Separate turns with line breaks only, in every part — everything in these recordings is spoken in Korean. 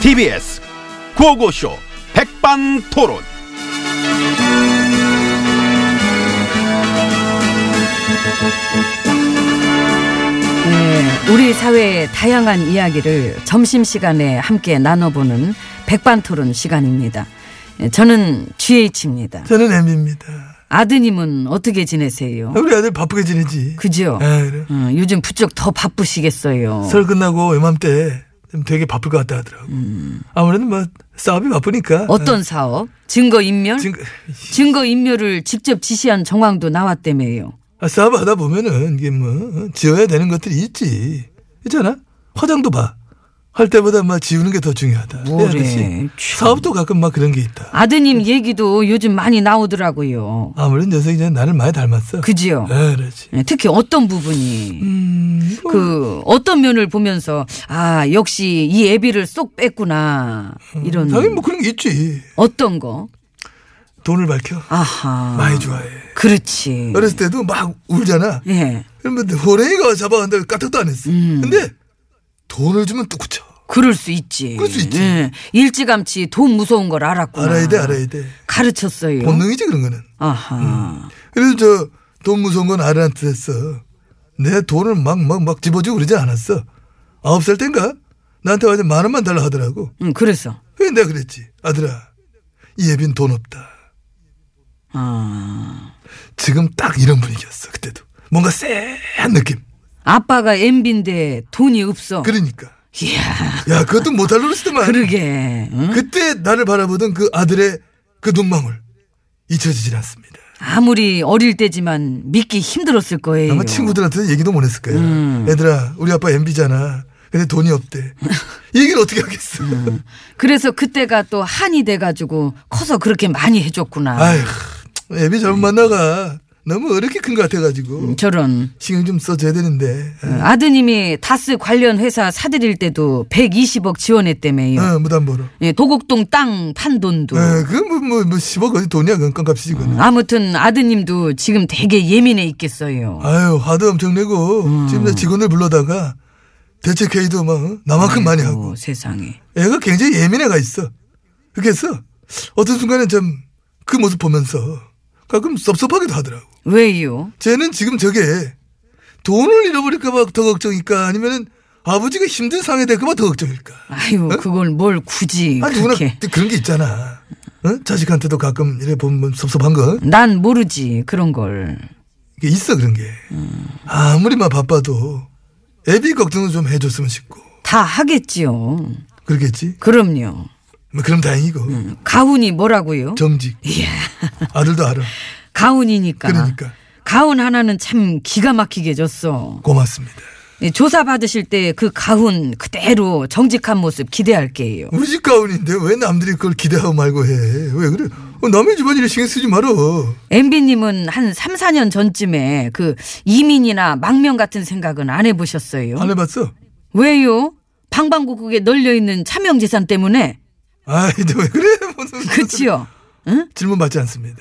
TBS 고고쇼 백반토론.
네, 우리 사회의 다양한 이야기를 점심시간에 함께 나눠보는 백반토론 시간입니다. 예, 저는 GH입니다.
저는 엠비입니다.
아드님은 어떻게 지내세요?
우리 아들 바쁘게 지내지.
그죠?
예, 그래.
어, 요즘 부쩍 더 바쁘시겠어요.
설 끝나고 이맘때 좀 되게 바쁠 것 같다 하더라고. 아무래도 뭐 사업이 바쁘니까.
음. 어떤 사업? 증거인멸?
예. 지금
증거인멸을 직접 지시한 정황도 나왔다며요.
아, 사업 하다 보면은 이게 뭐 지어야 되는 것들이 있지. 있잖아. 화장도 봐. 할 때보다 막 지우는 게 더 중요하다.
뭐래,
그렇지?
참.
사업도 가끔 막 그런 게 있다.
아드님 얘기도 요즘 많이 나오더라고요.
아무래도 녀석이 이제 나를 많이 닮았어.
그지요?
예, 그렇지.
예, 특히 어떤 부분이
음, 뭐,
그 어떤 면을 보면서 아 역시 이 애비를 쏙 뺐구나 이런
당연히 뭐 그런 게 있지.
어떤 거
돈을 밝혀.
아하
많이 좋아해.
그렇지
어렸을 때도 막 울잖아.
예
그러면 호랭이가 잡아간다고 까딱도 안 했어.
음.
근데 돈을 주면 또 그쳐.
그럴 수 있지
그럴 수 있지.
예, 일찌감치 돈 무서운 걸 알았구나
알아야 돼, 음. 알아야 돼.
가르쳤어요
본능이지, 그런 거는.
아하
그래서 저 돈 무서운 건 아들한테 했어. 내 돈을 막, 막, 막 집어주고 그러지 않았어. 아홉 살 땐가? 나한테 와서 만 원만 달라 하더라고.
응 음, 그래서
그래, 내가 그랬지. 아들아, 이 애빈 돈 없다.
아
지금 딱 이런 분위기였어, 그때도. 뭔가 쎄한 느낌.
아빠가 엠비인데 돈이 없어 그러니까.
그러니까.
이야
야, 그것도 못할 노릇이더만.
그러게 응?
그때 나를 바라보던 그 아들의 그 눈망울 잊혀지질 않습니다.
아무리 어릴 때지만 믿기 힘들었을 거예요
아마 친구들한테 얘기도 못 했을 거예요. 얘들아, 우리 아빠 MB잖아. 근데 돈이 없대. 이 얘기를 어떻게 하겠어.
그래서 그때가 또 한이 돼가지고 커서 그렇게 많이 해줬구나.
아휴, 애비 잘못 만나가. 너무 어렵게 큰 것 같아가지고.
저런.
신경 좀 써줘야 되는데.
아드님이 다스 관련 회사 사들일 때도 120억 지원했다며요.
어, 무담보로.
예, 도곡동 땅 판 돈도.
어, 그건 뭐, 뭐, 뭐 10억 어디 돈이야. 그건 껌값이지, 그건.
아무튼 아드님도 지금 되게 예민해 있겠어요.
아유, 화도 엄청 내고. 지금 내 직원을 불러다가 대책회의도 막 어? 나만큼 많이 하고.
아이고, 세상에.
애가 굉장히 예민해가 있어. 그래서 어떤 순간에 참 그 모습 보면서 가끔 섭섭하기도 하더라고.
왜요?
쟤는 지금 저게 돈을 잃어버릴까봐 더 걱정일까 아니면은 아버지가 힘든 상황이 될까봐 더 걱정일까.
아유,
어?
그걸 뭘 굳이
아니 누구나
그렇게.
그런 게 있잖아. 어? 자식한테도 가끔 이래 보면 섭섭한 거
난 모르지, 그런 걸.
이게 있어 그런 게. 아무리만 바빠도 애비 걱정은 좀 해줬으면 싶고
다 하겠지요.
그러겠지.
그럼요.
뭐 그럼 다행이고
음. 가훈이 뭐라고요?
정직.
예.
아들도 알아.
가훈이니까.
그러니까.
가훈 하나는 참 기가 막히게 줬어.
고맙습니다.
예, 조사 받으실 때 그 가훈 그대로 정직한 모습 기대할게요.
우리 집 가훈인데 왜 남들이 그걸 기대하고 말고 해? 왜 그래? 어, 남의 집안일에 신경 쓰지 말어.
MB님은 한 3, 4년 전쯤에 그 이민이나 망명 같은 생각은 안 해보셨어요?
안 해봤어?
왜요? 방방곡곡에 널려있는 차명재산 때문에?
아이, 근데 왜 그래? 무슨
그치요? 응?
질문 받지 않습니다.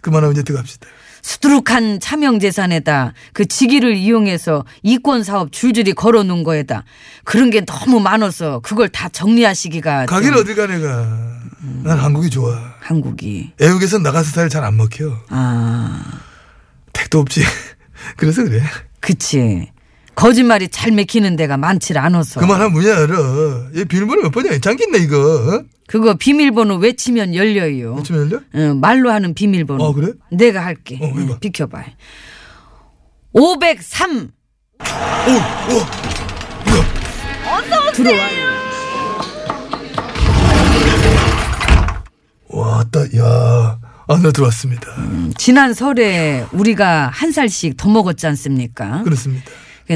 그만하고 이제 들어갑시다.
수두룩한 차명재산에다 그 직위를 이용해서 이권사업 줄줄이 걸어놓은 거에다 그런 게 너무 많아서 그걸 다 정리하시기가 좀
가게를 어딜 가내가. 난 한국이 좋아.
한국이
애국에서 나가서 살 잘 안 먹혀.
아...
택도 없지. 그래서 그래.
그치. 거짓말이 잘 맥히는 데가 많질 않아서.
그만하면 문이 열어. 얘 비밀번호 몇 번이야? 잠긴네 이거.
그거 비밀번호 외치면 열려요.
어쯤 열려?
어, 말로 하는 비밀번호.
어, 그래?
내가 할게.
어, 해봐.
응, 비켜봐. 503
오, 오.
들어와요.
왔다, 야. 안으로 들어왔습니다.
지난 설에 우리가 한 살씩 더 먹었지 않습니까?
그렇습니다.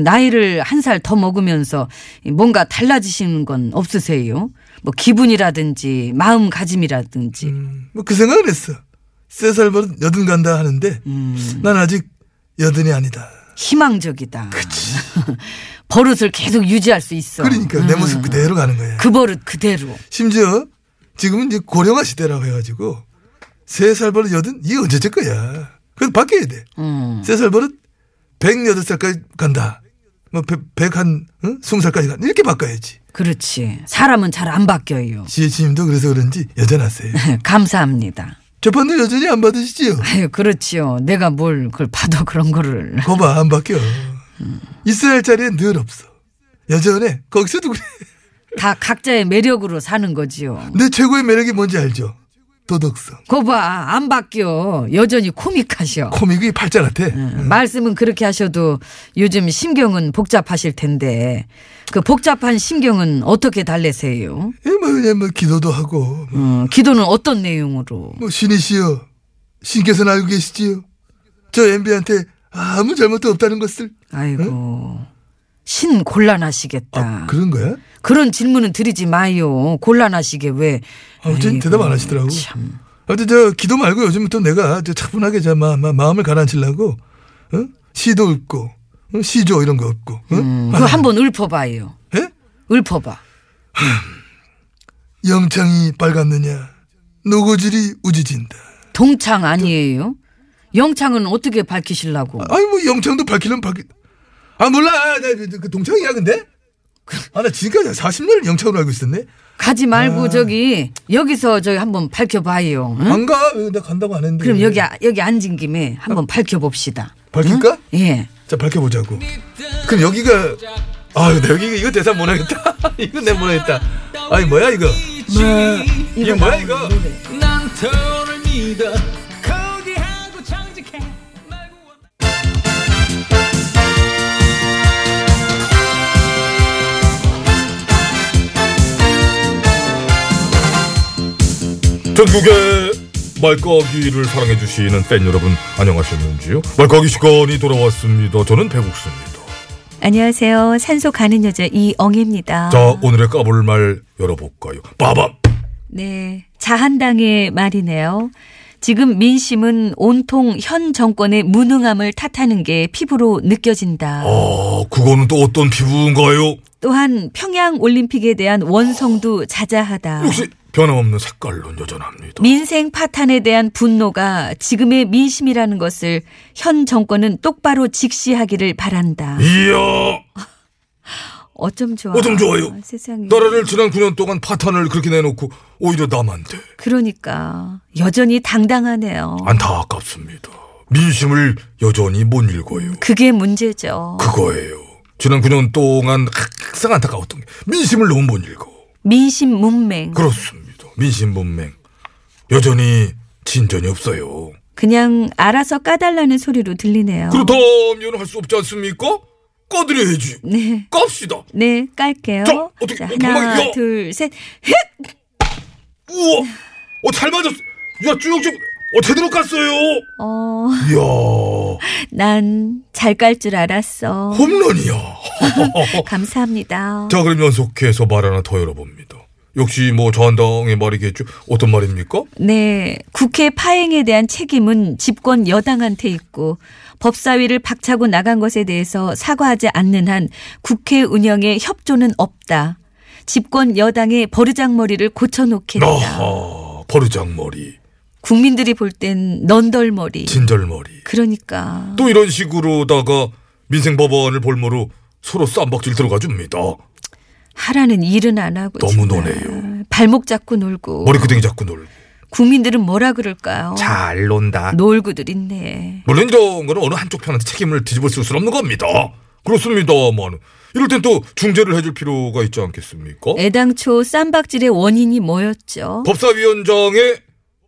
나이를 한 살 더 먹으면서 뭔가 달라지시는 건 없으세요? 뭐 기분이라든지 마음가짐이라든지.
뭐 그 생각을 했어. 세 살면 여든 간다 하는데
음.
난 아직 여든이 아니다.
희망적이다. 버릇을 계속 유지할 수 있어. 음.
그러니까 내 모습 그대로 가는 거야.
그 버릇 그대로.
심지어 지금은 이제 고령화 시대라고 해가지고 세 살 버릇 여든 이게 언제적 거야. 그래서 바뀌어야 돼.
음.
세 살 버릇 백여덟 어? 살까지 간다.
뭐 백, 백한 응? 스무 살까지 간 이렇게 바꿔야지.
그렇지. 사람은 잘 안 바뀌어요.
지혜씨님도 그래서 그런지 여전하세요.
감사합니다.
재판도 여전히 안 받으시지요?
아유, 그렇지요. 내가 뭘 그걸 봐도 그런 거를.
거봐 안 바뀌어.
음.
있어야 할 자리에 늘 없어. 여전해. 거기서도 그래.
다 각자의 매력으로 사는 거지요.
내 최고의 매력이 뭔지 알죠? 도덕성.
거봐, 안 바뀌어. 여전히 코믹하셔.
코믹이 팔자 같아.
네.
음, 말씀은 그렇게 하셔도 요즘 심경은 복잡하실 텐데 그 복잡한 심경은 어떻게 달래세요?
예, 뭐 그냥 뭐 기도도 하고
음, 기도는 어떤 내용으로?
뭐 신이시여 신께서는 알고 계시지요. 저 엠비한테 아무 잘못도 없다는 것을.
아이고 신 곤란하시겠다.
아, 그런 거야?
그런 질문은 드리지 마요. 곤란하시게 왜?
아무튼
아이고,
대답 안 하시더라고.
참.
아무튼 저 기도 말고 요즘 또 내가 저 차분하게 저 마, 마, 마음을 가라앉히려고 어? 시도 없고 어? 시조 이런 거 없고. 어?
음,
아,
그거 한번 읊어봐요.
예?
읊어봐.
영창이 빨갛느냐 노고질이 우지진다.
동창 아니에요? 영창은 어떻게 밝히시려고?
아니 뭐 영창도 밝히려면 밝히. 아 몰라 나그 동창이야 근데. 아 나 지금까지 40년을 영창으로 알고 있었네.
가지
아.
말고 저기 여기서 저기 한번 밝혀봐요. 응?
안 가? 왜? 나 간다고 안 했는데.
그럼 여기 아- 여기 앉은 김에
아.
한번 밝혀봅시다.
밝힐까?
예.
자 밝혀보자고. 그럼 여기가 아유 나 여기 이거 대사 못하겠다. 이거 내가 못하겠다. 아니 뭐야 이거?
네.
이거 뭐야 이거?
난 털을 믿어 거기하고 정직해 말고 원-
전국의 말까기를 사랑해주시는 팬 여러분 안녕하셨는지요? 말까기 시간이 돌아왔습니다. 저는 배국수입니다.
안녕하세요. 산소 가는 여자 이엉입니다.
자 오늘의 까불 말 열어볼까요? 빠밤!
네. 자한당의 말이네요. 지금 민심은 온통 현 정권의 무능함을 탓하는 게 피부로 느껴진다.
아 그거는 또 어떤 피부인가요?
또한 평양 올림픽에 대한 원성도 자자하다.
역시 변함없는 색깔론 여전합니다.
민생 파탄에 대한 분노가 지금의 민심이라는 것을 현 정권은 똑바로 직시하기를 바란다.
이야
어쩜 좋아.
예? 어쩜 좋아요.
아, 세상에.
나라를 지난 9년 동안 파탄을 그렇게 내놓고 오히려 남한테
그러니까 여전히 당당하네요.
아, 안타깝습니다. 민심을 여전히 못 읽어요.
그게 문제죠.
그거예요. 지난 9년 동안 항상 안타까웠던 게 민심을 너무 못 읽어.
민심 문맹.
그렇습니다. 민심분맹 여전히 진전이 없어요.
그냥 알아서 까달라는 소리로 들리네요.
그렇다면 할 수 없지 않습니까? 꺼드려야지.
네.
깝시다.
네, 깔게요.
자, 어떻게,
자,
어,
하나,
도망이요?
둘, 셋.
우와. 어, 잘 맞았어. 야, 쭉쭉. 어, 제대로 깠어요.
어,
이야,
난 잘 깔 줄 알았어.
홈런이야.
감사합니다.
자, 그럼 연속해서 말 하나 더 열어봅니다. 역시 뭐 저한당의 말이겠죠. 어떤 말입니까?
네, 국회 파행에 대한 책임은 집권 여당한테 있고 법사위를 박차고 나간 것에 대해서 사과하지 않는 한 국회 운영에 협조는 없다. 집권 여당의 버르장머리를 고쳐놓겠다.
어. 아하, 버르장머리,
국민들이 볼 땐 넌덜머리.
진절머리.
그러니까
또 이런 식으로다가 민생 법안을 볼모로 서로 쌈박질 들어가 줍니다.
하라는 일은 안 하고
너무
정말.
노네요.
발목 잡고 놀고
머리끄댕이 자꾸 놀.
국민들은 뭐라 그럴까요?
잘 논다.
놀고들 있네.
물론 이런 거는 어느 한쪽 편한테 책임을 뒤집어 쓸 수는 없는 겁니다. 그렇습니다만 뭐. 이럴 땐 또 중재를 해줄 필요가 있지 않겠습니까?
애당초 쌈박질의 원인이 뭐였죠?
법사위원장의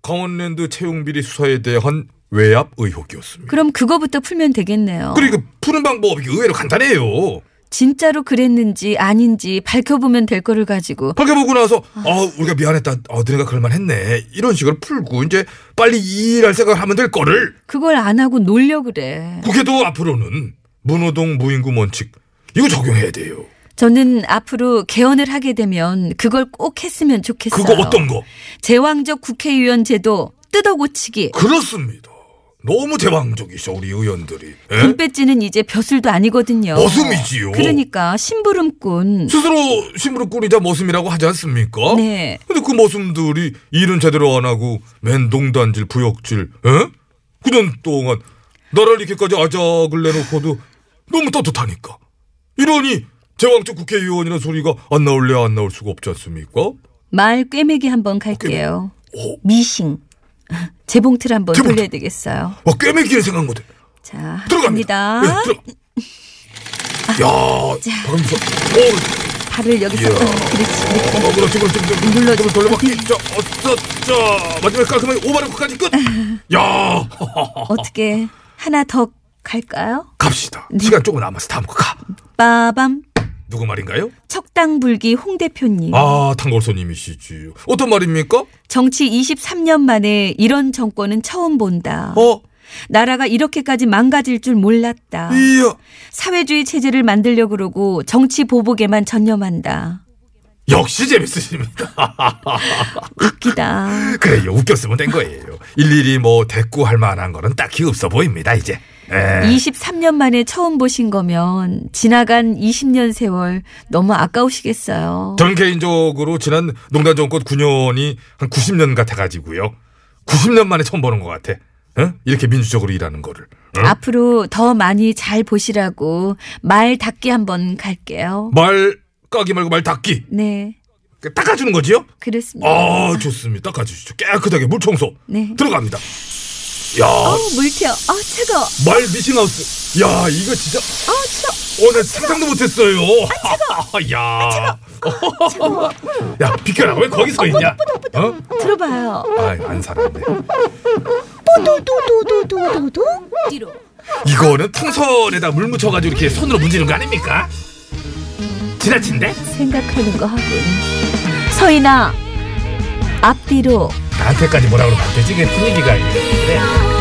강원랜드 채용비리 수사에 대한 외압 의혹이었습니다.
그럼 그거부터 풀면 되겠네요.
그리고 푸는 방법이 의외로 간단해요.
진짜로 그랬는지 아닌지 밝혀보면 될 거를 가지고
밝혀보고 나서 아 우리가 미안했다. 아 너네가 그럴만 했네. 이런 식으로 풀고 이제 빨리 이 일할 생각을 하면 될 거를
그걸 안 하고 놀려 그래.
국회도 앞으로는 문호동 무인구 원칙 이거 적용해야 돼요.
저는 앞으로 개헌을 하게 되면 그걸 꼭 했으면 좋겠어요.
그거 어떤 거?
제왕적 국회의원 제도 뜯어고치기.
그렇습니다. 너무 제왕적이셔 우리 의원들이. 예?
돈 뺏지는 이제 벼슬도 아니거든요.
머슴이지요.
그러니까 심부름꾼.
스스로 심부름꾼이자 머슴이라고 하지 않습니까?
네.
근데 그 머슴들이 일은 제대로 안 하고 맨 농단질 부역질. 예? 그년 동안 나라를 이렇게까지 아작을 내놓고도 너무 떳떳하니까 이러니 제왕적 국회의원이라는 소리가 안 나올래야 안 나올 수가 없지 않습니까? 어?
말 꿰매기 한번 갈게요. 미싱. 재봉틀 한번
재봉틀.
돌려야 되겠어요.
와, 꿰매기를 생각한 거들.
자,
들어갑니다.
갑니다. 아,
예, 들어가. 야, 박은수. 어, 오,
발을 여기서
이야.
어, 그렇지. 이렇게.
어, 그렇지, 그렇지, 그렇지.
눌러줘. 음.
그럼 돌려받기. 자, 어쩌, 자, 마지막에 깔끔하게 오바르크까지 끝. 야,
어떻게 하나 더 갈까요?
갑시다.
네.
시간 조금 남아서 다음 거 가.
빠밤.
누구 말인가요?
척당불기 홍 대표님.
아, 탄골손님이시지. 어떤 말입니까?
정치 23년 만에 이런 정권은 처음 본다.
어,
나라가 이렇게까지 망가질 줄 몰랐다.
이야.
사회주의 체제를 만들려고 그러고 정치 보복에만 전념한다.
역시 재밌으십니다.
웃기다.
그래요. 웃겼으면 된 거예요. 일일이 뭐 대꾸할 만한 거는 딱히 없어 보입니다, 이제. 에.
23년 만에 처음 보신 거면 지나간 20년 세월 너무 아까우시겠어요.
전 개인적으로 지난 농단 정권 9년이 한 90년 같아가지고요. 90년 만에 처음 보는 것 같아. 응? 이렇게 민주적으로 일하는 거를. 응?
앞으로 더 많이 잘 보시라고 말 닦기 한번
뭐?
갈게요.
말 까기 말고 말 닦기. 그
네,
닦아주는 거지요?
그렇습니다.
아, 좋습니다. 닦아주시죠. 깨끗하게 물 청소.
네.
들어갑니다. 야,
어, 물 튀어. 어, 차가워.
말 미싱하우스. 야, 이거 진짜.
어, 추워.
어, 나 상상도 못했어요. 아, 야. 어. 야, 비켜라. 왜 거기 서 있냐? 어?
들어봐요.
아이, 안 살았네.
뽀도도도도도도도 뒤로.
이거는 풍선에다 물 묻혀가지고 이렇게 손으로 문지는 거 아닙니까? 지나친데?
생각하는 거 하군. 서인아, 앞뒤로.
나한테까지 뭐라 그러면 안 되지? 그게 분위기가. 이래. 그래.